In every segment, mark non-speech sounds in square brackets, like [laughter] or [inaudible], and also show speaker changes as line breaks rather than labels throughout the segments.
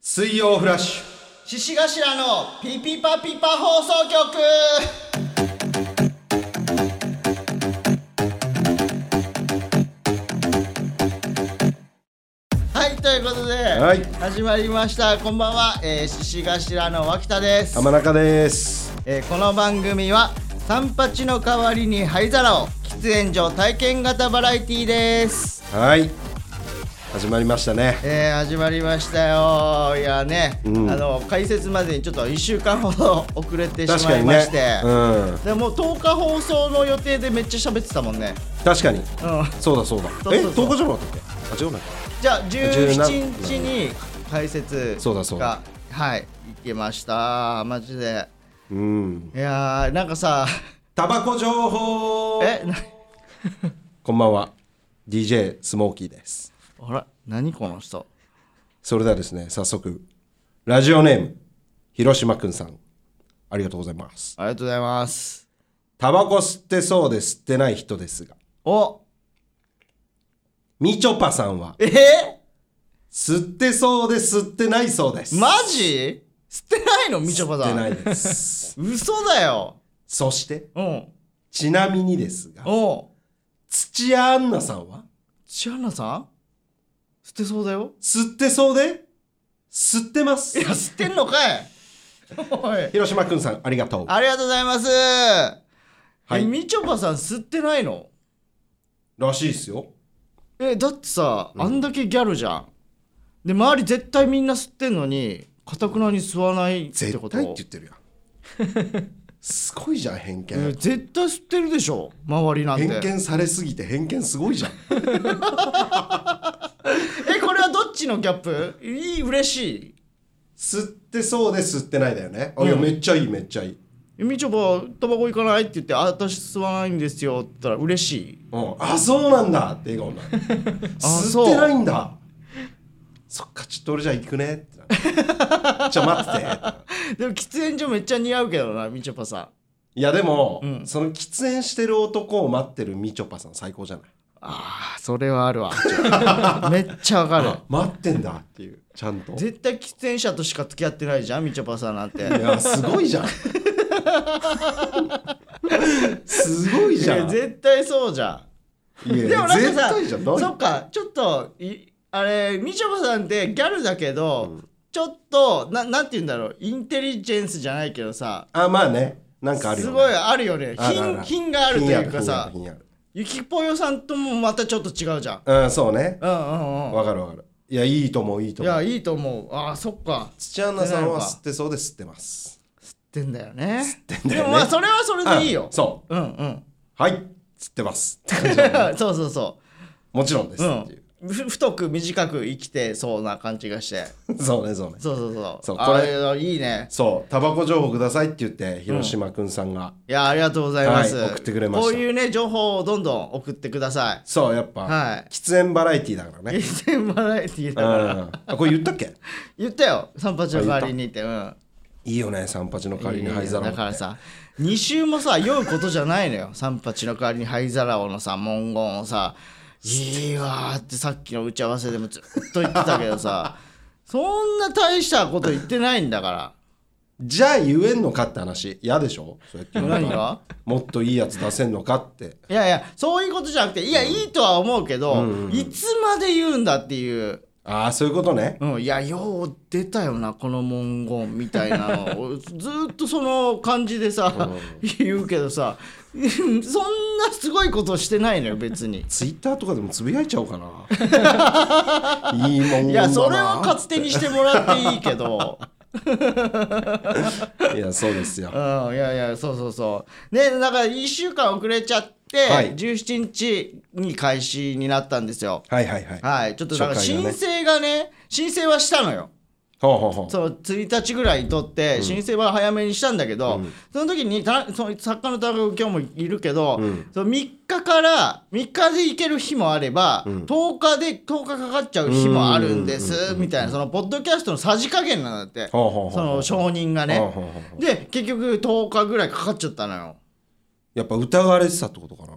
水曜フラッシュ
獅子頭のピピパピパ放送局はいということで、
はい
始まりましたこんばんは、えー、獅子頭の脇田です、
天中です
えーこの番組は三八の代わりに灰皿を喫煙所体験型バラエティーです
はい始まりましたね
えー、始まりましたよいやね、
うん
あの解説までにちょっと1週間ほど遅れてし
確
ま
か
い
に
ま
ね
して、
うん
でもう10日放送の予定でめっちゃ喋ってたもんね、
確かに
うん、
そうだそうだ
そうそうそう
え投稿じゃなかったっけあ違うな
じゃあ17
17
日に解説が
そうだそうだ
はい行けましたマジで
うん
いやーなんかさ
タバコ情報
えな
こんばんは DJ スモーキーです
あら何この人
それではですね早速ラジオネーム広島くんさんありがとうございます
ありがとうございます
タバコ吸ってそうで吸ってない人ですが
お
みちょぱさんは
え
吸ってそうで吸ってないそうです
ー、マジ捨てないのみちょぱ
吸
さ
ってなんいです
嘘だよ
そして、
うん
ちなみにですが、
おう
土屋アンナさんは、
千原さん捨てそうだよ
吸ってそうで、吸ってま
い
す。
や捨てんのかい [laughs] おい
広島くんさん、ありがとう。
ありがとうございます
は
え
い
みちょぱさん吸ってないの
らしいですよ。
えだってさあんだけギャルじゃん、で周り絶対みんな吸ってんのにかたくなに吸わないって
絶
こと
対って言ってるやん。
[laughs]
すごいじゃん、偏見。
え絶対吸ってるでしょ周りなんて
偏見されすぎて偏見すごいじゃん。
えこれはどっちのギャップいい嬉し
吸ってそうで吸ってないだよね。あ、いや、めっちゃいい、めっちゃいい。
いみちょぱタバコ行かないって言ってあ私吸わないんですよって言ったら嬉しい
うん、あ、そうなんだって笑顔になる。
[laughs]
吸
そう
ってないんだ。そっか、ちょっと俺じゃあ行くねってな
[laughs]
る。ちょ、待ってて。
でも喫煙所めっちゃ似合うけどなみちょぱさん
いやでも、
うん
その喫煙してる男を待ってるみちょぱさん最高じゃない
あーそれはあるわめっちゃわかる
待ってんだっていうちゃんとい
絶対喫煙者としか付き合ってないじゃんみちょぱさんなんて
やすごいじゃんすごいじゃん
いや
いや
絶対そうじゃんでもなん
絶
かさ
対じゃん何
そっかちょっといあれみちょぱさんってギャルだけど、ちょっとななんて言うんだろうインテリジェンスじゃないけどさ
あまあねなんかあるよ、
す
ね、
ごいあるよね
あるある
品品があるというかさ
品ある
ゆきぽよさんともまたちょっと違うじゃん
品あるうんそうね
うんうんうん
わかるわかるいやいいと思ういいと
い
思
や
う
いいと思うあーそっか
土屋アンナさんは
吸ってないのか
吸ってそうで吸ってます
ってんだよね
ってんだよね
でもまあそれはそれでいいよ
あそ
うんうん
うはい吸って
[laughs]
ますって感じだね
そうそうそ
もちろんです
う、
っていう、
うん、ふ太く短く生きてそうな感じがして
そうねそうね
そうそうそう
[laughs] そうこ
あ
れ
れいいね
そう、タバコ情報くださいって言って、広島くんさんが。
いやありがとうございます、
はい送ってくれました
こういうね情報をどんどん送ってくださ
そう、やっ
い
ぱ、
はい
喫煙バラエティだからね。
月然バラエティー
う
だ
ん
から
あ、これ言ったっけ
言ったよ三八の代わりにってうん
いいよね、三八の代わりに灰皿
だから
を。
さ2週もさ酔うことじゃないのよ三八の代わりに灰皿をのさ文言をさ「いいわ」ってさっきの打ち合わせでもずっと言ってたけどさそんな大したこと言ってないんだから
じゃあ言えんのかって話、嫌でしょそうやって言うの
何が
もっといいやつ出せんのかって。
いやいやそういうことじゃなくていやいいとは思うけど、いつまで言うんだっていう。
ああ、そういうことね。
うん、いやよう出たよなこの文言みたいなの [laughs] 俺ずーっとその感じでさ、言うけどさ [laughs] そんなすごいことしてないのよ別に
ツイッターとかでもつぶやいちゃおうかな。
[laughs]
いいもんだない
やそれは勝手にしてもらっていいけど
いや、そうです
うんい
よ。
やいやそうそうそうねだから1週間遅れちゃって、
はい
17日に開始になったんですよ
はいはいはい。
はいちょっとだから
初回が
申
ね
請がね申請はしたのよ
ほうほうほう。
そう1日ぐらいに取って申請は早めにしたんだけど、その時にたその作家の田中君今日もいるけど、その3日から3日で行ける日もあれば、10日で10日かかっちゃう日もあるんですみたいなそのポッドキャストのさじ加減なんだって
ほうほうほう
その承認が
ほう
ね
ほうほうほ
で結局10日ぐらいかかっちゃったのよ
やっぱ疑われてたってことかな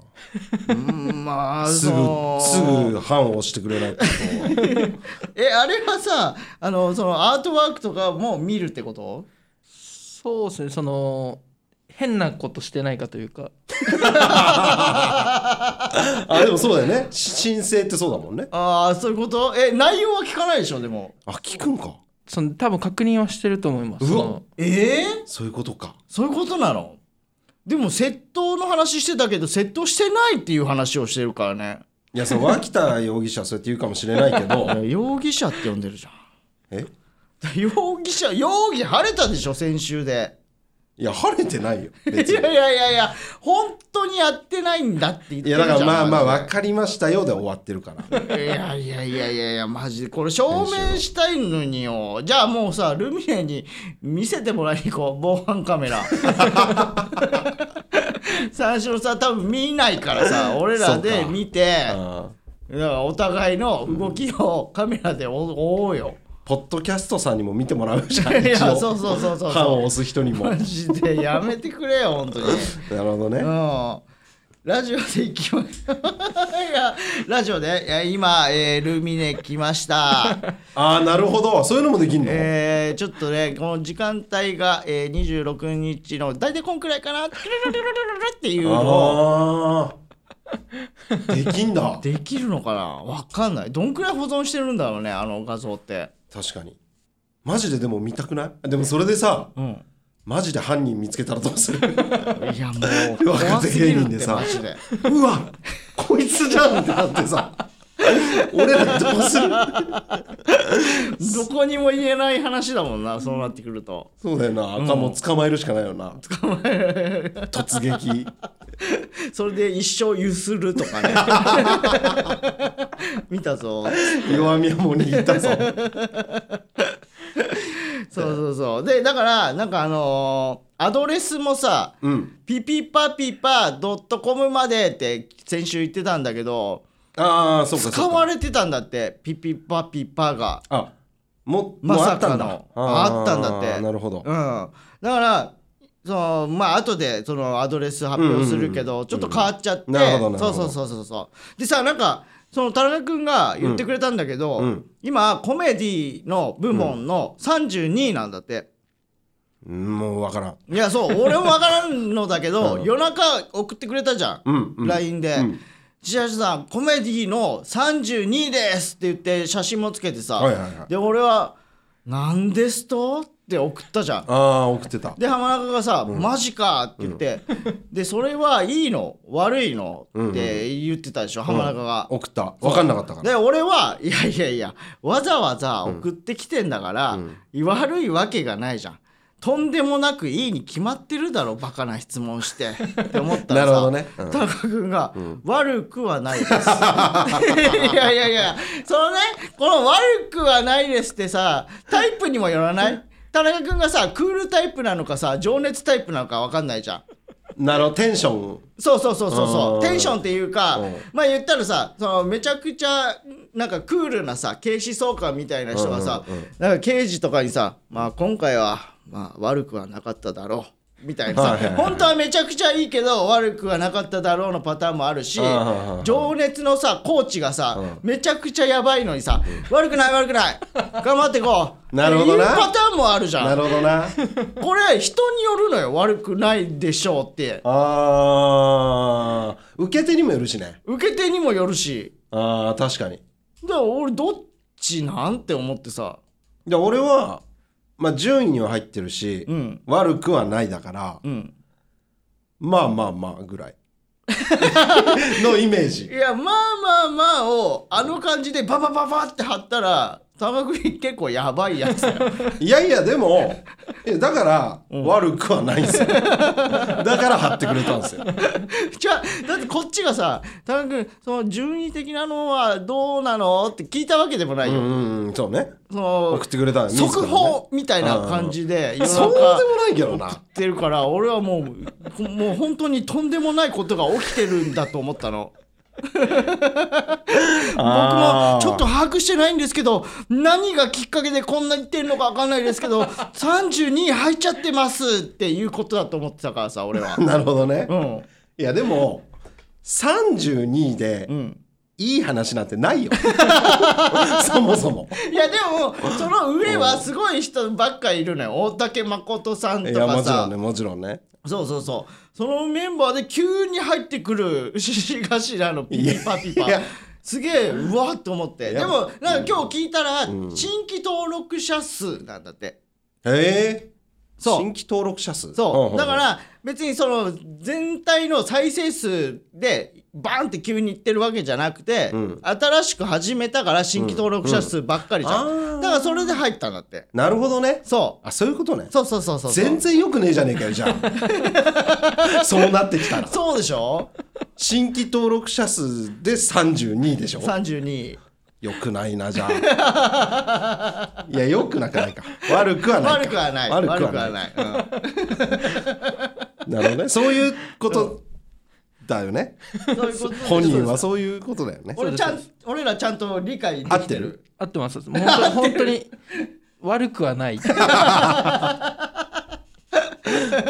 うんま
[laughs]
あ
す
その
ぐすぐ判を押してくれないってこ
えあれはさあのそのアートワークとかも見るってこと
そうですねその変なことしてないかというか
とあでもそうだよね [laughs] し申請ってそうだもんね
ああそういうことえ内容は聞かないでしょでも
あ聞くんか
その多分確認はしてると思います
うわ
その
ええ
そういうことか
そういうことなのでも窃盗の話してたけど窃盗してないっていう話をしてるか
[laughs]
らね
いやその脇田容疑者はそうやって言うかもしれないけど [laughs]
いや容疑者って呼んでるじゃん
え
[laughs] 容疑者容疑晴れたでしょ先週で
いや晴れて [laughs] ないよ
いや
別
い
に
やいやいや本当にやってないんだって言って
い
る
や
じゃ
だか
ん
らまあまあ
マ
分かりましたよで終わってるから
ジでいやいやいやいやいやマジでこれ証明したいのによじゃあもうさルミネに見せてもらいに行こう防犯カメラ [laughs] 三四郎さん多分見ないからさ俺らで見て
[laughs] あー
だからお互いの動きをカメラで追おうよ。
ポッドキャストさんにも見てもらうじ [laughs] ゃん
い
一
や
応
そうそうそうそう
判を押す人に [laughs] も
マ
なる
ジでやめてくれよ本当に。
ほどね、
うん。ラジオで行きまいやラジオでいや今、えールミネ来ました。
ああなるほどそういうのもできんの、
えーちょっとねこの時間帯が、えー、26日の大体こんくらいかな。ルルルルルルルっていうのを
ああできんだ
できるのかなわかんない。どんくらい保存してるんだろうねあの画像って。
確かにマジででも見たくないでもそれでさ
うん。
マジで犯人見つけたらどうする
いやもう怖
若手
すぎ
芸
る
人
っ
で
て
さ
マジで。
うわこいつじゃんってなってさ俺らどうする
どこにも言えない話だもんな、そうなってくると。
そうだよな赤も捕まえるしかないよな、突撃
それで一生ゆするとか [laughs] ね。見たぞ。
弱みはもう握った
[laughs]
ぞ
そうそうそう。で、だから、なんかあのーアドレスもさ、
うん
ピピパピパ .com までって先週言ってたんだけど、
ああそうか
使
そう
わ
か
れてたんだって、ピピパピパが。
あも
ま
もうあ
さ
った
か
んだ
の。
ー
あったんだって。
なるほど
うん、だからそのまあ後でそのアドレス発表する
う
けど、
んうんうん
ちょっと変わっちゃって、
なるほどなるほ
そう
ど
そうそうそうそうでさなんかその田中君が言ってくれたんだけど、
うんうん
今コメディの部門の32位なんだって。
うんもうわからん
いやそう俺も分からんのだ
[laughs]
けど、
うん
夜中送ってくれたじゃん、
うん、うん、
LINE で
うん
「千秋さんコメディの32位です」って言って写真もつけてさ、
はいはいはい
で俺は「なんですと?」って送ったじゃん
ああ送ってた
で浜中がさ「マジか」って言って、でそれはいいの悪いのって言ってたでしょ、浜中が。
送った分かんなかったから
で俺はいやいやいやわざわざ送ってきてんだから、悪いわけがないじゃんとんでもなくいいに決まってるだろバカな質問してって思ったら
[laughs]
さ
なるほどねうん
田中君が、悪くはな
[laughs]
いです」いやいやいやそのねこの「悪くはないです」ってさタイプにもよ
[laughs]
らない田中君がさクールタイプなのかさ情熱タイプなのか分かんないじゃん。
なるほどテンション
そうそうそうそう
う
そ
ん
うテンションっていうか
うん
まあ言ったらさそのめちゃくちゃなんかクールなさ警視総監みたいな人がさ、
うんうんうん
なんか刑事とかにさ「まあ今回は、まあ、悪くはなかっただろう」みたいなさ、
はいはいはい
本当はめちゃくちゃいいけど悪くはなかっただろうのパターンもあるし
うんうんうんうん
情熱のさコーチがさ、
う
めちゃくちゃやばいのにさ「悪くない悪くない頑張ってこう」
[laughs] なるほどな
っていうパターンもあるじゃ。
なんるほど
[laughs]
な
これ人によるのよ悪くないでしょうって。
あー受け手にもよるしね
受け手にもよるし
あー確かに
だから俺どっちなんて思ってさ
で俺はまあ順位には入ってるし、
うん
悪くはないだから、
うん
まあまあまあぐらい [laughs] のイメー
い
ジ
やまあまあまあをあの感じでババババって貼ったら玉組結構やばいやつだ [laughs] よ
いやいやでもいやだから、悪くはないんです
[laughs]
よだから貼ってくれたんですよ
じゃあだってこっちがさ玉君その順位的なのはどうなのって聞いたわけでもな
う
い
ん
よ、
うんうんそうね
その
送ってくれたんです
速報みたいな感じで夜
そうでも
中
ないけどな
送ってるから俺はもうもう本当にとんでもないことが起きてるんだと思ったの。僕もちょっと把握してないんですけど何がきっかけでこんな言ってるのか分かんないですけど
[laughs] [laughs]
32位入っちゃってますっていうことだと思ってたからさ俺は
なるほどね
う。ん
いやでも32で
うん
いい話なんて
[laughs]
ないよそもそも
いやでもその上はすごい人ばっかいるのよ大竹誠さん
い
[laughs] と
やも
か
ちろ
さ
んねもちろんね
そうそうそうそのメンバーで急に入ってくる [laughs] 獅子頭のピピパピパ
いや
すげえうわっと思って
いや
でもなんか今日聞いたら新規登録者数なんだって
へえ
そう
新規登録者数
そうだから別にその全体の再生数でバーンって急にいってるわけじゃなくて
ん
新しく始めたから新規登録者数ばっかりじゃ
うんうんあ
ん
ー
だからそれで入ったんだって
なるほどね
そう
あそういうことね
そうそうそうそうそう
全然よくねえじゃねえかよじゃ
[laughs]
あそうなってきたら
そうでしょ
新規登録者数で32でしょ
32
よくないなじゃあいやよくなくないか悪くはないか
悪くはない
悪
悪
く
く
はない
はない
なるほどねそういうことだよね、
[laughs] うんそういうことです
本人はそういうことだよね
俺ちゃん俺らちゃんと理解で
合
き
って
て
る
る
合ってます本当に本当に悪くはない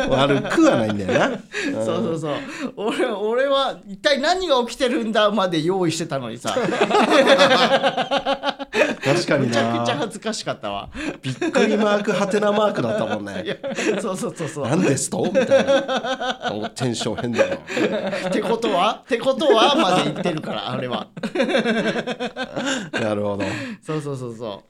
悪くはないんだよな
[laughs] そうそうそう俺俺は一体何が起きてるんだまで用意してたのにさ
確かに
めちゃくちゃ
な
恥ずかしかったわ [laughs]
びっくりマークはてなマークだったもん
いや
ね
そうそうそうそう
何ですとみたいなおテンション変だよ
ってことは [laughs] ってことはまで言ってるからあれは
なるほど
そうそうそうそ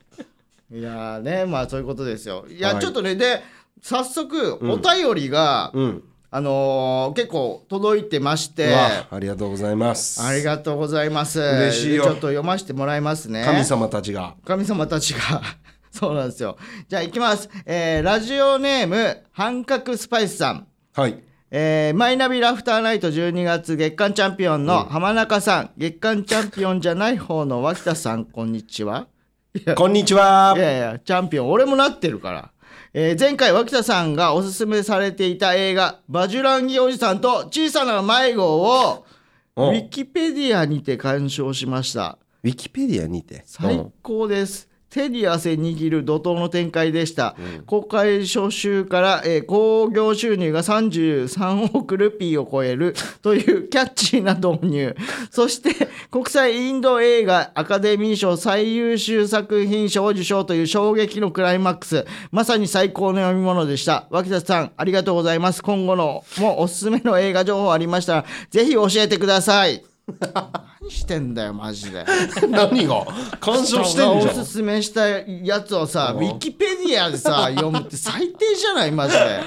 ういやーねまあそういうことですよいや、
はい
ちょっとねで早速お便りが、
うん
あのー結構届いてまして
うわありがとうございます
ありがとうございます。
嬉しいよ
ちょっと読ませてもらいますね。
神様たちが
神様たちが。 [laughs] そうなんですよ。じゃあ行きます。えーラジオネーム、半角スパイスさん。
はい
えーマイナビラフターナイト12月月間チャンピオンの浜中さん、月間チャンピオンじゃない方の脇田さん、こんにちは。
こんにちはい
やいや、チャンピオン、俺もなってるから。えー前回、脇田さんがおすすめされていた映画、バジュランギおじさんと小さな迷子を、ウ
うん
ィキペディアにて鑑賞しました。
ウィキペディアにて
最高です。手に汗握る怒涛の展開でした。公開初週から、えー興行収入が33億ルピーを超えるという [laughs] キャッチーな導入。そして、国際インド映画アカデミー賞最優秀作品賞を受賞という衝撃のクライマックス。まさに最高の読み物でした。脇田さん、ありがとうございます。今後のもおすすめの映画情報ありましたら、ぜひ教えてください。何してんだよ、マジで。
[laughs] 何が干渉してんじゃ
[laughs] おす
ん
すめしたやつをさウィキペディアでさ読むって最低じゃないマジで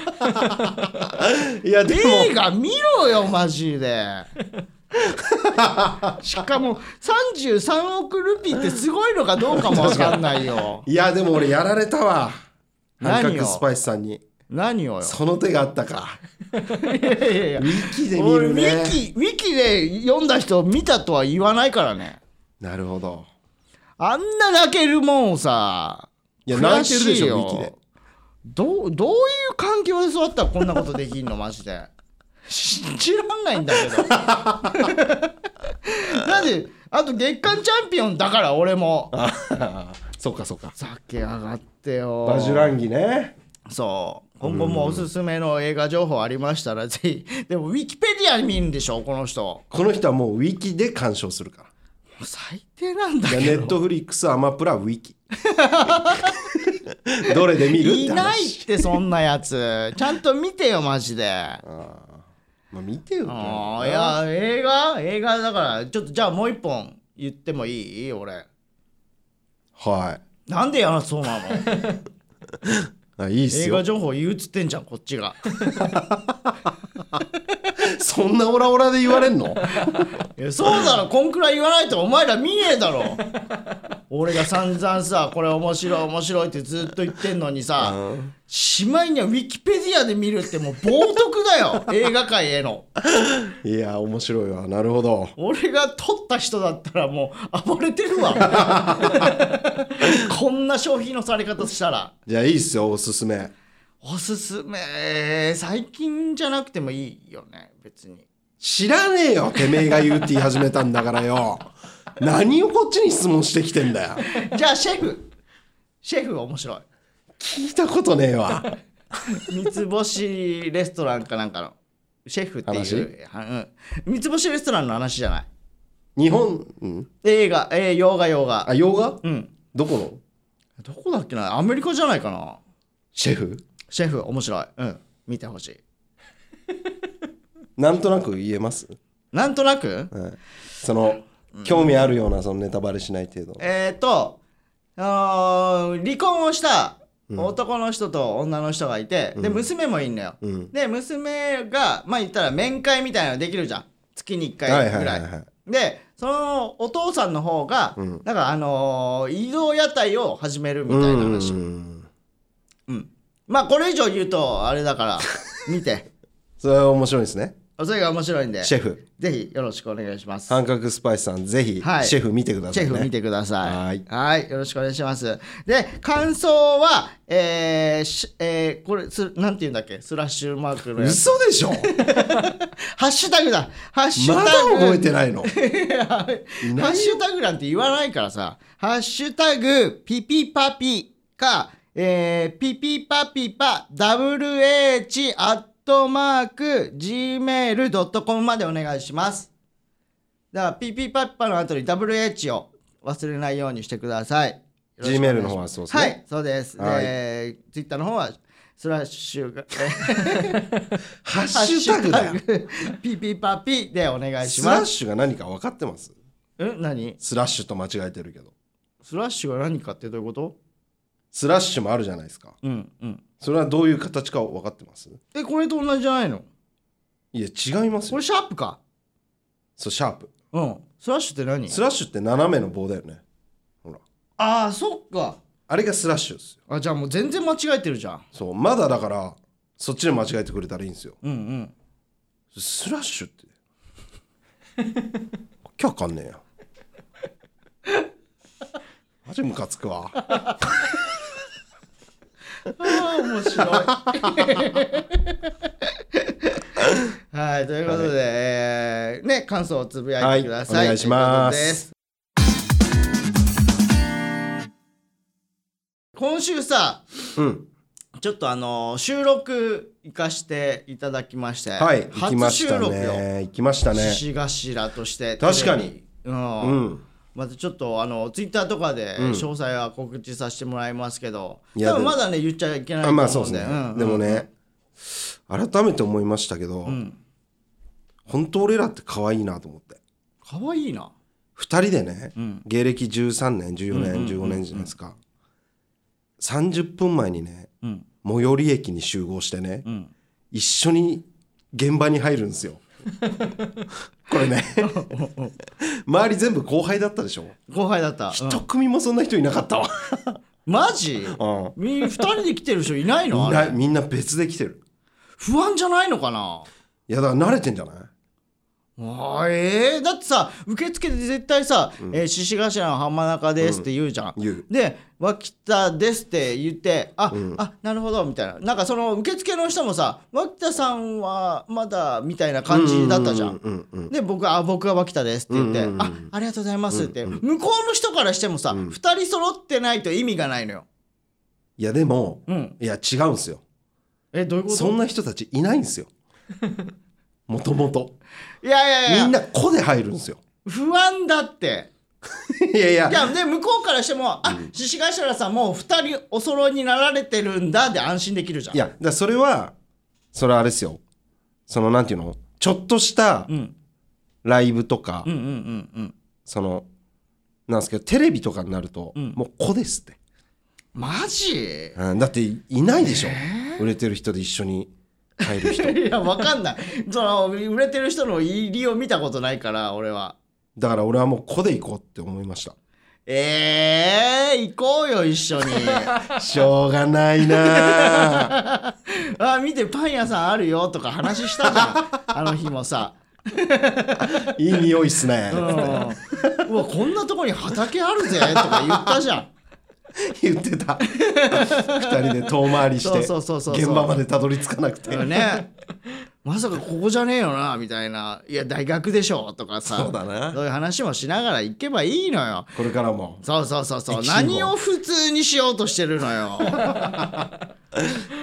いやでも
映画見ろよマジで [laughs] しかも33億ルピーってすごいのかどうかもわかんないよ
いやでも俺やられたわ
何
半
を
角スパイスさんに
何
[laughs]
をよ
その手があったか
いやいやいや
ウィキで見
俺ウ
るね
ィキウィキで読んだ人を見たとは言わないからね
なるほど
あんな泣けるもんをさ
いや泣いてるで
悔
し
いよ
ょウィキで
どうどういう環境で育ったらこんなことできんの [laughs] マジで信じらんないんだけど [laughs] なんであと月間チャンピオンだから俺も
あははそうかそうか
ふざけやがってよ
バジュランギね
そう今後もおすすめの映画情報ありましたらぜひでもウィキペディアに見るんでしょこの人
この人はもうウィキで鑑賞するか
最低なんだ [laughs]
らい
け
やネッ
ど
トフリックスアマプラウィキ [laughs] どれで見る
い
って
ない
話
ってそんなやつちゃんと見てよマジで
まあ見てよ
ああいや映画映画だからちょっとじゃあもう一本言ってもいい俺
はい
なん [laughs] でやらそうなの
あいいっす
映
よ
画情報言うっつってんじゃんこっちが
そんなオラオラで言われん
[laughs]
の
いやそうだろこんくらい言わないとお前ら見ねえだ [laughs] ろ俺が散々さこれ面白い面白いってずっと言ってんのにさしまいにはウィキペディアで見るってもう冒涜だ [laughs] よ映画界への
いや面白いわなるほど
俺が撮った人だったらもう暴れて [laughs] るわこんな消費のされ方したら
じゃあいいっすよおすすめ
おすすめ最近じゃなくてもいいよね別に
知らねえよてめえが言うって言い始めたんだからよ何をこっちに質問してきてんだよ
じゃあシェフシェフ面白
聞いたことねえわ
い三つ星レストランかなんかのシェフって
話
いう、はうん、三つ星レストランの話じゃない
日本、うん、
映画、えー、洋画洋画
あ洋画
うん
どこの
どこだっけなアメリカじゃないかな
シェフ
シェフ面白いうん見てほしい
なんとなく言えます、
なんとなく
はい、その興味あるようなそのネタバレしない程度
えっ、ー、と、あのー離婚をした男の人と女の人がいて、で娘もいんのよ、
うん
で娘がまあ言ったら面会みたいなのできるじゃん月に1
はい
回
は
ぐ
い
ら
はい
い
はい
でそのお父さんの方が、
うん
なんかあのー移動屋台を始めるみた
う
い
ん
な
うん
話、
うん
まあこれ以上言うとあれだから見
[laughs]
て
それは面白いですね
それが面白いんで
シェフ
ぜひよろしくお願いします
半角スパイスさんぜひシ
はい
ェフ見てくだ
シ
さい
ェ
ね、
フ見てください。
はーい
よろしくお願いします。で、感想は、えーしえーこれす、なんて言うんだっけ、スラッシュマークのやつ。
嘘でし
[laughs]
ょ
ハッシュタグだハッシュタ
ま
グ
だ覚えてないのいないよ
ハッシュタグなんて言わないからさ、ハッシュタグ、ピピパピか、えー、ピピパピパ WH アットマーク Gmail.com までお願いします。だから、ピピパピパの後に WH を忘れないようにしてください。
Gmail の方はそうですね
はい、そうです。
はい
えー、Twitter の方は、スラッシュが、
ハッシュタグだよ
ハッシュタグピピパピでお願いし
ス
ま
ラ
す
ッ。シュが何か分かってます
え何
スラッシュと間違えてるけど
スラッシュが何かってどういうこと
スラッシュもあるじゃないですか
うんうん
それはどういう形か分かってます
えこれと同じじゃないの
いや違います
こ
よ
れシャープか
そうシャープ
うんスラッシュって何
スラッシュって斜めの棒だよねほら
ああそっか
あれがスラッシュですよ
あじゃあもう全然間違えてるじゃん
そうまだだからそっちで間違えてくれたらいいんですよ
うんうん
スラッシュって [laughs] 今日かんねえやマジムカつくわ
ああ面白いはいということで、えーね感想をつぶやいてください、
はいお願いします
ということです今週さ
うん
ちょっとあの収録行かしていただきまして、
はい行きま
初
し
収
た
録よ
ね行きましたね
獅子頭として
確かに
テレビう
うんん
またちょっとあのツイッターとかで詳細は告知させてもらいますけど、
いやで
多分
も
まだね言っちゃいけないと
あまあそ
思
う
う
で
ん
す
で、
ね、
うん
でもね改めて思いましたけど、
ん
本当俺らって可愛いなと思って
可愛いな
2人でね、
うん
芸歴13年14年15年じゃないですか、30分前にね
うん
最寄り駅に集合してね、
うん
一緒に現場に入るんです
[laughs]
よこれね周り全部後輩だったでしょ、
後輩だった、うん
一組もそんな人いなかったわ、
マジ
う
み二人で来てる人いない
ん
の
みん
あ
な
れ
みんな別で来てる
不安じゃないのかない
やだから慣れてんじゃない
あーえー、だってさ受付で絶対さ「えー獅子頭の浜中です」って言うじゃん、
言う
で「脇田です」って言って「あ、あなるほど」みたいななんかその受付の人もさ「脇田さんはまだ」みたいな感じだったじゃん。
うんうんうんうん
で僕はあ僕は脇田です」って言って「
うんうんうん
あありがとうございます」って、向こうの人からしてもさ、2人揃ってないと意味がないのよ。
いやでも、
うん、
いや違うんですよ
[laughs] えどういうこと
そんな人たちいないんです
[laughs]
よもともと
いやいやいや
みんな「子」で入るんですよ
不安だって。
いやいや
いやで向こうからしても「あ獅子頭さんもう2人お揃いになられてるんだ」で安心できるじゃん。
いやだからそれはそれはあれですよそのなんていうのちょっとした
うん
ライブとか、
うんうんうんうん
そのなんですけどテレビとかになると、
ん
もう子ですって、
マジ
うんだっていないでしょ、売れてる人で一緒に入る人
[laughs] いや、わかんない。その、売れてる人の入りを見たことないから、俺は。
だから俺はもう子で行こうって思いました
えー、行こうよ、一緒
[laughs]
に。
しょうがない
[laughs]
なあ
あ、見て、パン屋さんあるよ、とか話したじゃん。あの日もさ。
いい匂いっすね、
うん。うわ、こんなとこに畑あるぜ、とか言ったじゃん。
言ってた二人で遠回りして
そうそうそうそう
現場までたどり着かなくて
うんね。まさかここじゃねえよな、みたいな。いや、大学でしょ、とかさ。
そうだな
そういう話もしながら行けばいいのよ。
これからも
そうそうそうそう
一位も
何を普通にしようとしてるのよ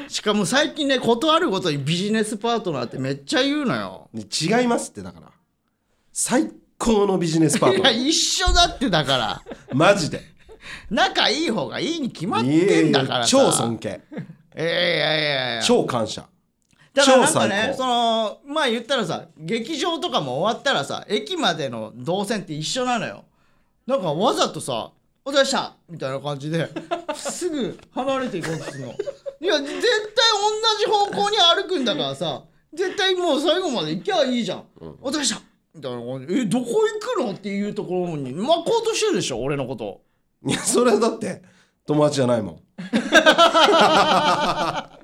しかも最近ね断るごとにビジネスパートナーってめっちゃ言うのよ
違いますってだから最高のビジネスパート
い
ナ
や
ー
一緒だってだから
マジで
仲いい方がいいに決まってんだからさ
いやいや超尊敬
いやいやいやいや
超感謝
だからなんかね
超最高
そのまあ言ったらさ劇場とかも終わったらさ駅までの動線って一緒なのよなんかわざとさ「お疲れ様でした!」みたいな感じです [laughs] ぐ離れていこうとするのいや絶対同じ方向に歩くんだからさ絶対もう最後まで行きゃいいじゃん「お疲れ様でした!」みたいな感じでえどこ行くの?」っていうところに巻こうとしてるでしょ俺のこと
いやそれはだって友達じゃないもん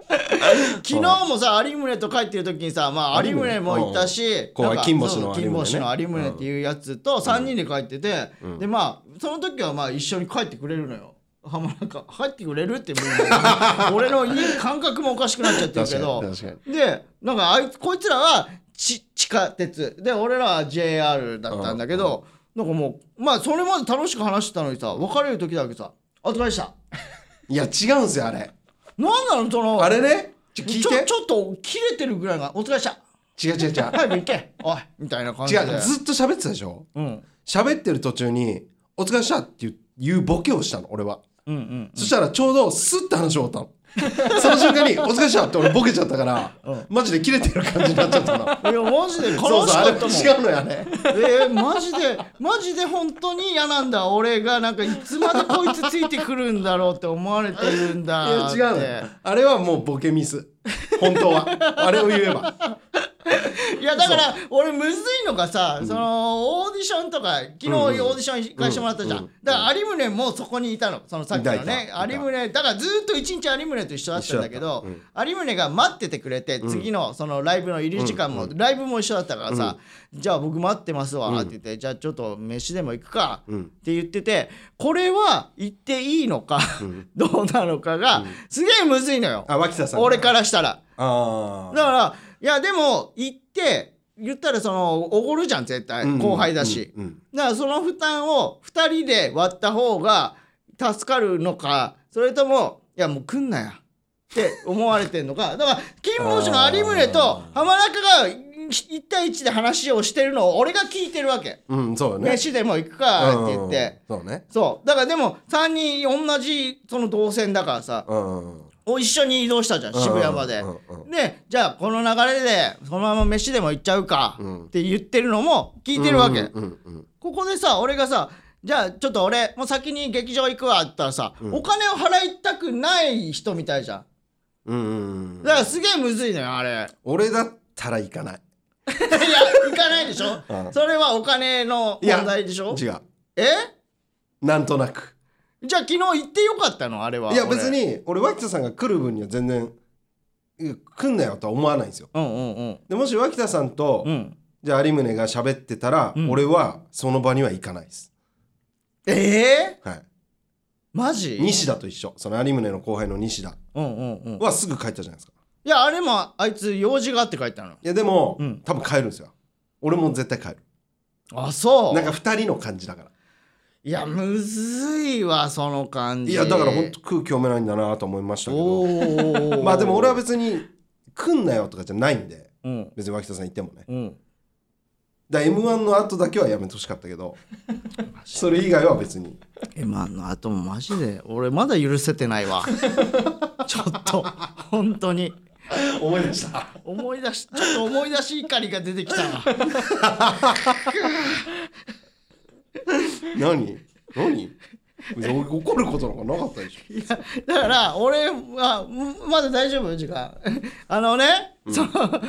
昨日もさ有宗と帰ってる時にさ、まあ、有
有
宗
宗
もいたし
うん
なんか
金星の
そう
有宗ね
金星の有宗っていうやつと3人で帰ってて、でまあその時はまあ一緒に帰ってくれるのよ。あまあなんか帰ってくれるっても
[laughs]
う俺のいい感覚もおかしくなっちゃってるけど
確かに確
でなんかあいつこいつらはち地下鉄で俺らは JR だったんだけど、なんかもうまあそれまで楽しく話してたのにさ別れる時だけさ「お疲れでした
いや違うんすよあれ」
なんなのその
あれねちょ聞い
ちょ
て
ちょっと切れてるぐらいが「お疲れっした
違う違う違う
早く行け [laughs] おい」みたいな感じで
違うずっと喋ってたでしょ
うん
喋ってる途中に「お疲れっした」っていういうボケをしたの俺は、
うんうん
そしたらちょうどスッて話を終わったのその瞬間に「お疲れっした」って俺ボケちゃったから、マジで切れてる感じになっちゃったの
いやマジで悲し
そうそうあ
か
れ
ったもん
違うのよね
えー、マジでマジで本当に嫌なんだ俺がなんかいつまでこいつついてくるんだろうって思われてるん
いや
だっ
違
て
うのよあれはもうボケミス本当はあれを言えば
いやだから俺むずいのがさ、そのオーディションとか昨日オーディション行かしてもらったじゃん、
うんうん
だから有宗もそこにいたのそのさっきの
い
ね
たいた
有宗だからずっと一日有宗と一緒だったんだけど
一緒だ
有宗、が待っててくれて次のそのライブの入り時間も、ライブも一緒だったからさ、じゃあ僕待ってますわって言って、じゃあちょっと飯でも行くか
うん
って言っててこれは行っていいのか、 [laughs] どうなのかが、すげえむずいのよ
あ脇田さん
俺からしたら。
あ
だ
あ
から、いや、でも、行って、言ったら、その、おごるじゃん、絶対。後輩だし。
うんうん
だから、その負担を2人で割った方が助かるのか、それとも、いや、もう来んなや。って思われてんのか。だから、金星の有宗と浜中が1対1で話をしてるのを俺が聞いてるわけ。
うんそうよね
飯でも行くかって言っ
うん
て。
そうね
そう。だからでも、3人同じその動線だからさ、
うん
を一緒に移動したじゃん、渋谷まで
うんうんう。
で、じゃあこの流れで、そのまま飯でも行っちゃうか
うん
って言ってるのも聞いてるわけ。
うんうん
ここでさ、俺がさ、じゃあちょっと俺、もう先に劇場行くわって言ったらさ、お金を払いたくない人みたいじゃん。
うんうんうんうん
だからすげえむずいのよ、
[laughs]
あれ。
俺だったら行かない
いや、行かないでしょ
うん
それはお金の
いや
問題でしょ
違う
え
なんとなく
じゃあ昨日行ってよかったのあれは。
いや
俺
別。に俺脇田さんが来る分には全然うん来んなよとは思わないんですよ
うんうんうん。
でもし脇田さんと、
うん。
じゃあ有宗が喋ってたら、
ん
俺はその場には行かないです
ええ
はい
マジ
西田と一緒その有宗の後輩の西田
うんうんうん。
はすぐ帰ったじゃないですか
いやあれもあいつ用事があって帰ったの
いやでも、
うん
多分帰るんですよ俺も絶対帰る
あそう
なんか2人の感じだから
いやむずいわその感じ
いやだから本当空気読めないんだなと思いましたけ
お
ど
ー
まあでも俺は別に来んなよとかじゃないんで
うん
別に脇田さん行ってもね
うん
だ m 1の後だけはやめてほしかったけどそれ以外は別に
今の後もマジで俺まだ許せてない [laughs] わちょっと本当に
思い出した
思い出しちょっと思い出し怒りが出てきたわ
何何別に怒ることなんかなかったでしょ
いやだから俺はんまだ大丈夫時間あのね、その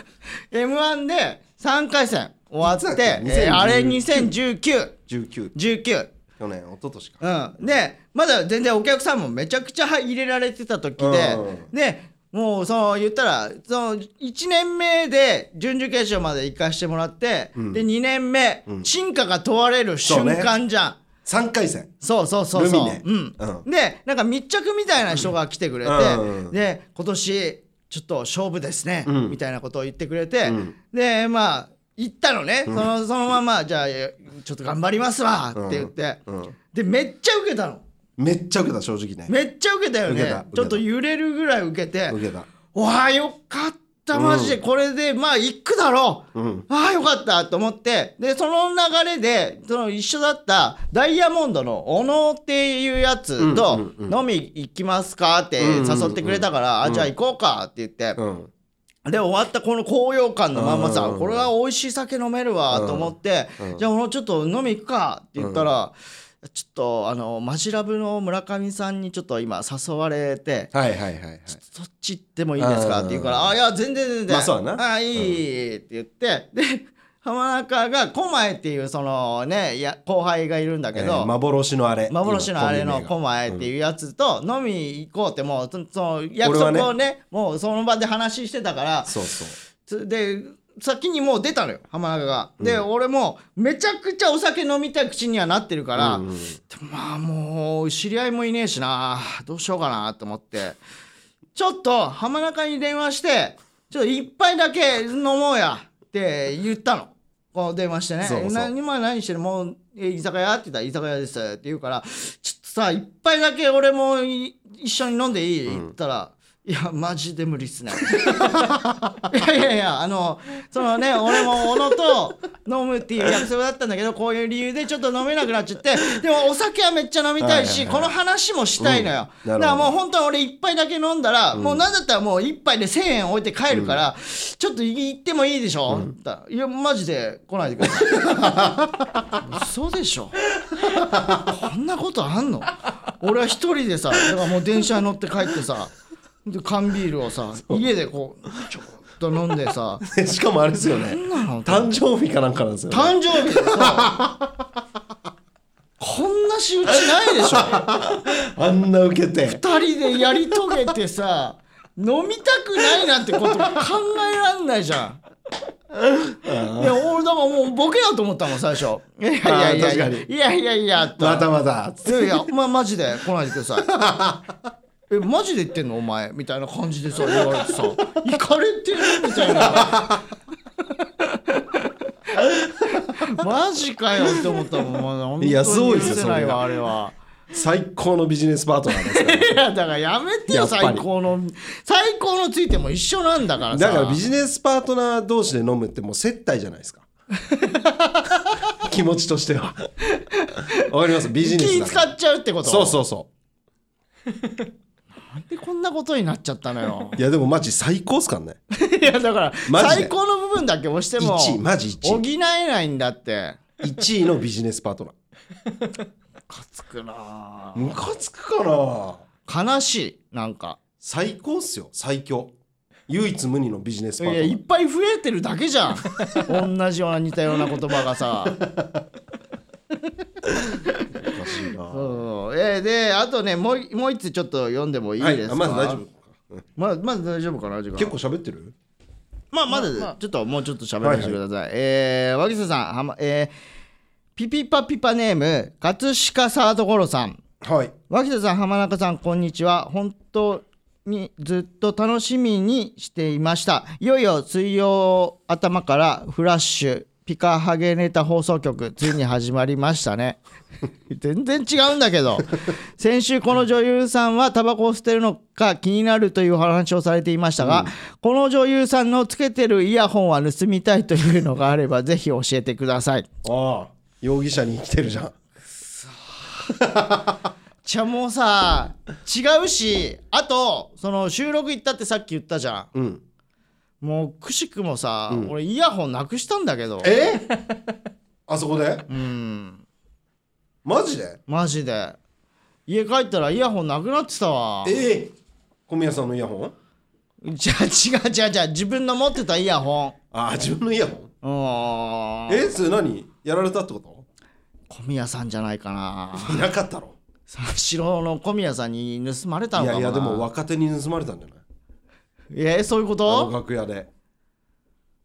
m 1で3回戦終わっ
い
て、
つだっけ
えーあれ
2019
201919
19去年一昨年か
うん、でまだ全然お客さんもめちゃくちゃ入れられてた時で、
う
でもうその言ったらその1年目で準々決勝まで行かしてもらって、で2年目、進化が問われる瞬間じゃん。
3回戦
そうそうそうそ
ルミ
う、
ネ
うん
う
でなんか密着みたいな人が来てくれて、
うん
で今年ちょっと勝負ですね、
うん
みたいなことを言ってくれて、
ん
でまあ行ったのね、そのそのままじゃあえちょっと頑張りますわって言って、
んうん
でめっちゃ受けたの
めっちゃ受けた正直ね
めっちゃ受けたよ
受けた
ね
受け
ち
た
ょっと揺れるぐらい受けて
受けた
うわあよかったマジでこれでまあ行くだろう、
うん
ああよかったと思ってでその流れでその一緒だったダイヤモンドの小野っていうやつと
うんうんうん
飲み行きますかって誘ってくれたから、あじゃあ行こうかって言って、
うん
で終わったこの高揚感のまんまさ、
うん
これは美味しい酒飲めるわと思って、
うん
じゃあ俺ちょっと飲み行くかって言ったら、ちょっとあのマジラブの村上さんにちょっと今誘われて、
はいはいはいはい
そっち行ってもいいですか
う
っ
ん
て言うから「あいや全然全然」
まあそうだな
あいい」って言ってで浜中が狛江っていうそのねいや後輩がいるんだけど、
えー幻のあれ
幻のあれの
今コンビ
狛江っていうやつと飲み行こうってもうそその約
俺
束
は
をねもうその場で話してたから
名がそうそう
つで先にもう出たのよ浜中が。で、俺もめちゃくちゃお酒飲みたい口にはなってるから、
うんうん [laughs]
まあもう知り合いもいねえしなどうしようかなと思ってちょっと浜中に電話してちょっと一杯だけ飲もうやって言ったのこう電話してね
そうそう
な今何してるもうえ居酒屋って言ったら居酒屋ですって言うからちょっとさ一杯だけ俺もい一緒に飲んでいいって言ったら、いやマジで無理っすねいやいやいやあのそのね俺も小野と飲むっていう約束だったんだけどこういう理由でちょっと飲めなくなっちゃってでもお酒はめっちゃ飲みたい
は
し、
いはいはい
この話もしたいのよ、
うんなる
だ
ほど
からもう本当は俺一杯だけ飲んだら、もうなんだったらもう一杯で1000円置いて帰るから、ちょっと行ってもいいでしょ、って言ったらいやマジで来ないでください嘘でしょこんなことあんの俺は一人でさだからもう電車に乗って帰ってさで缶ビールをさ家でこうちょっと飲んでさ
でしかもあれですよね
なんなの
誕生日かなんかなんですよね
誕生日でさこんな仕打ちないでしょ
あんな受けて
二人でやり遂げてさ飲みたくないなんてこと考えらんないじゃん。いや俺だからもうボケだと思ったもん最初いや
あ
いやいやいや
ー確か
いやいやいや [laughs] と
またまた
いやいや、ま、マジで来ないでください。え、マジで言ってんのお前みたいな感じでさ、言われてさ、行かれてるみたいな。 [laughs] マジかよって思ったもん、まあ、
いやそうですよ
本当に許せないわ、あ
そ
れは。
最高のビジネスパートナーですか
[laughs]
ら
いや、だからやめて
や
よ、
っぱり
最高の。最高のついても一緒なんだからさ。
だからビジネスパートナー同士で飲むってもう接待じゃない
[laughs]
ですか気持ちとしてはわかりますビジネス
気
だ
使
から
っちゃうってこと
そうそうそう。
う。なんでこんなことになっちゃったのよ
[laughs] いやでもマジ最高っすからね
いや、だから、
マジで
最高の部分だけ押しても、
1位マジ
補
1位
えないんだって。
1位のビジネスパート
かつくな
ナームカつくかな
悲しいなんか
最高っすよ最強唯一無二のビジネス
い
パート
や
ナ
いっ
ー
ぱい増えてるだけじゃ
[laughs]
ん同じような似たような言葉がさ
おかしいな
そうえーであとねもういもう一つちょっと読んでもいい
は
です
い
か、
あまず大丈夫
ままず大丈夫かな時間
結構喋ってる
まあまず
まあまあ
ちょっともうちょっと喋らせてください、えー、和木瀬さんはまえーピピパピパネーム葛飾サードゴロさん
はい
脇田さん浜中さんこんにちは本当にずっと楽しみにしていましたいよいよ水曜頭からフラッシュピカハゲネタ放送局ついに始まりましたね [laughs] 全然違うんだけど先週この女優さんはタバコを捨てるのか気になるというお話をされていましたが、この女優さんのつけてるイヤホンは盗みたいというのがあればぜひ教えてください
ああ容疑者に生きてるじゃん
じゃあもうさ違うしあとその収録行ったってさっき言ったじゃ
うん
んもうくしくもさ、俺イヤホンなくしたんだけど
えあそこで
うん
マジで
マジで家帰ったらイヤホンなくなってたわ
ええ小宮さんのイヤホン
じゃあ違う違う違う自分の持ってたイヤホ
ああ自分のイヤホン
ンうーん
えそれ何やられたってこ
小宮さんじゃないかな
といなかったろ
三四郎の小宮さんに盗まれた
い
のか
や
もない
やでも若手に盗まれたんじゃない
えーそういうこ
あの
と
楽屋で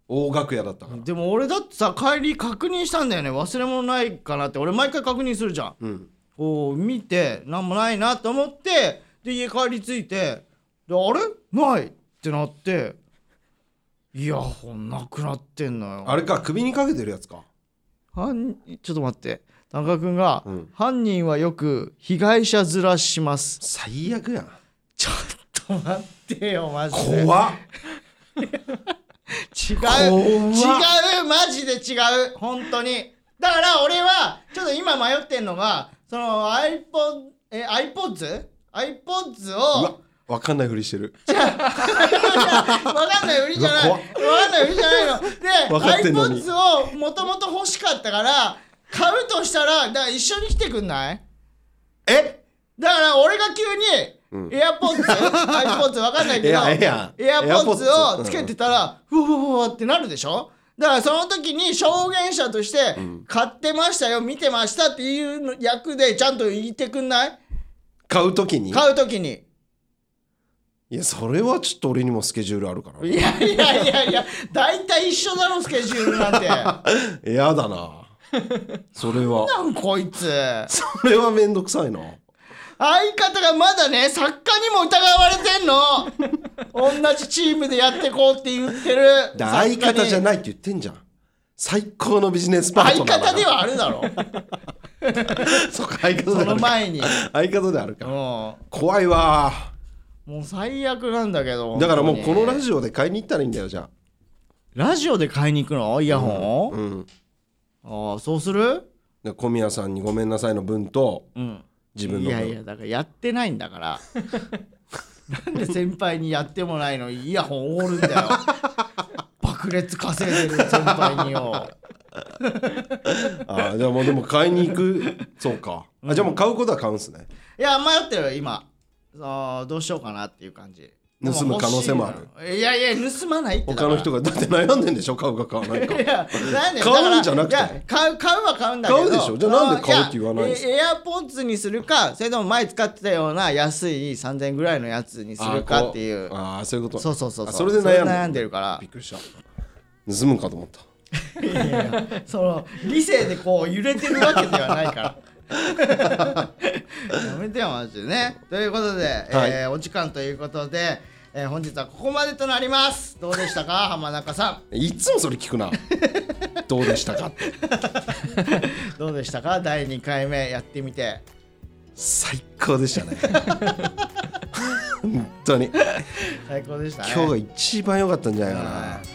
大楽屋だったから
でも俺だってさ帰り確認したんだよね忘れ物ないかなって俺毎回確認するじゃん
うん
こう見て何もないなと思ってで家帰り着いてであれないってなってイヤホンなくなってんのよ
あれか首にかけてるやつか
犯ちょっと待って田中君が、
うん
犯人はよく被害者面します」
最悪やん
ちょっと待ってよマジで
怖っ
違う
怖っ
違うマジで違う本当にだから俺はちょっと今迷ってんのがその iPod え iPods?iPods
う
を
わわかんないふりしてる
[laughs] わかんない売りじゃないうわ
わ
かんない売りじゃ
わか
な
っ
いので
てんのに
iPods をもともと欲しかったから買うとしたらだから一緒に来てくんない
え
だから俺が急に、AirPods、iPods わかんないけど、
いやいや
AirPods
AirPods
をつけてたら、ふわふわふわってなるでしょだからその時に証言者として、買ってましたよ、見てましたっていうの役でちゃんと言ってくんない
買うときに
買う時に。
いやそれはちょっと俺にもスケジュールあるから
いやいやいやいや、大体一緒だろ、スケジュールなんて。
やだなそれは
なんこいつ。
それはめんどくさいな
相方がまだね、作家にも疑われてんの同じチームでやってこうって言ってる。
だ相方じゃない
ない
って言ってんじゃん最高のビジネスパー
相
トナーだ
方
から
ではあるだろ
そうか相方
そ
であ
の
るか
前に
相方である
うん
か
も
怖いわ
う最悪なんだけど
だからもうこのラ
ジ
ジオで買いに行ったらいいんだよじゃ
ラジオで買いに行くのイヤホ
あうん
ンああそうする
で小宮さんに「ごめんなさい」の分と
うん
自分の分
いやいやだからやってないんだからなんで先輩にやってもないのにイヤホンおごるんだよ爆裂稼いでる先輩によ
あーじゃあもうでも買いに行くそうかあじゃあもう買うことは買うんすね
いや迷ってるよ今ああどうしようかなっていう感じでも
盗む可能性もある
欲しいないやいや盗まないってだか
他
ら
の人がだって悩んでんでしょ買うか買わないか
いやなんで
買うんじゃなくて
だからいや買う買うは買うんだけど
買うでしょじゃあなんで買うって言わないんですか
エアポッツにするかそれとも前使ってたような安い3000円ぐらいのやつ [laughs] にするかってい
あ
う
ーこうあーそういうこと
そうそうそう
あそれで悩んで
悩んでるから
びっくりした盗むかと思った
いやいやその理性でこう揺れてるわけではないから
[laughs]
やめてよマジでねということで、
はい
えーお時間ということで、えー本日はここまでとなりますどうでし
[laughs]
たか浜中さん
いつもそれ聞
[laughs]
くなどうでしたかって
どうでしたか第2回目やってみて
最高でしたね本当に
最高でしたね
今日が一番良かったんじゃないか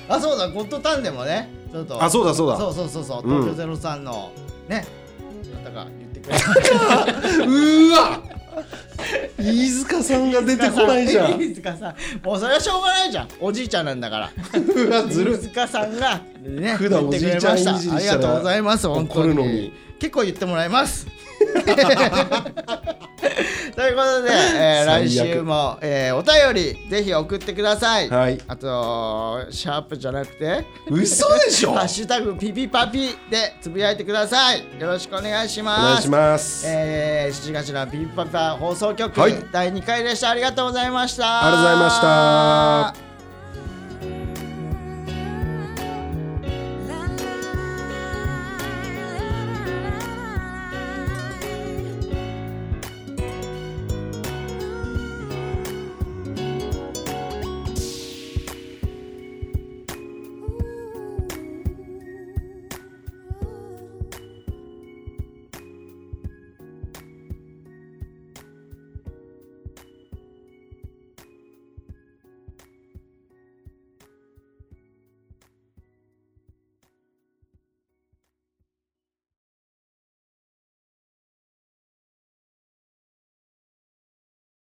な
あそうだゴッドタンでもねちょっと
あそうだそうだ
そうそうそうそう
うん
東京ゼロ三のね方が言ってくれ
うーわ飯塚さんが出てこないじゃん
飯塚さんもうそれはしょうがないじゃんおじいちゃんなんだから
うわずる
飯塚さんがね
普段おじいちゃん
言ってくれ
い
ました
じ
あ
り
り
したら
がとうございます本当
怒
に
るのに
結構言ってもらいます [laughs] ということで、え
最悪
ー来週も、えーお便りぜひ送ってください、
はい
あとシャープじゃなくて
嘘でしょお
ハッシュタグピピパピでつぶやいてください。よろしくお願いします。
願いします、
えー、7月のピピパパ放送局、
はい
第2回でした。ありがとうございました。
ありがとうございました。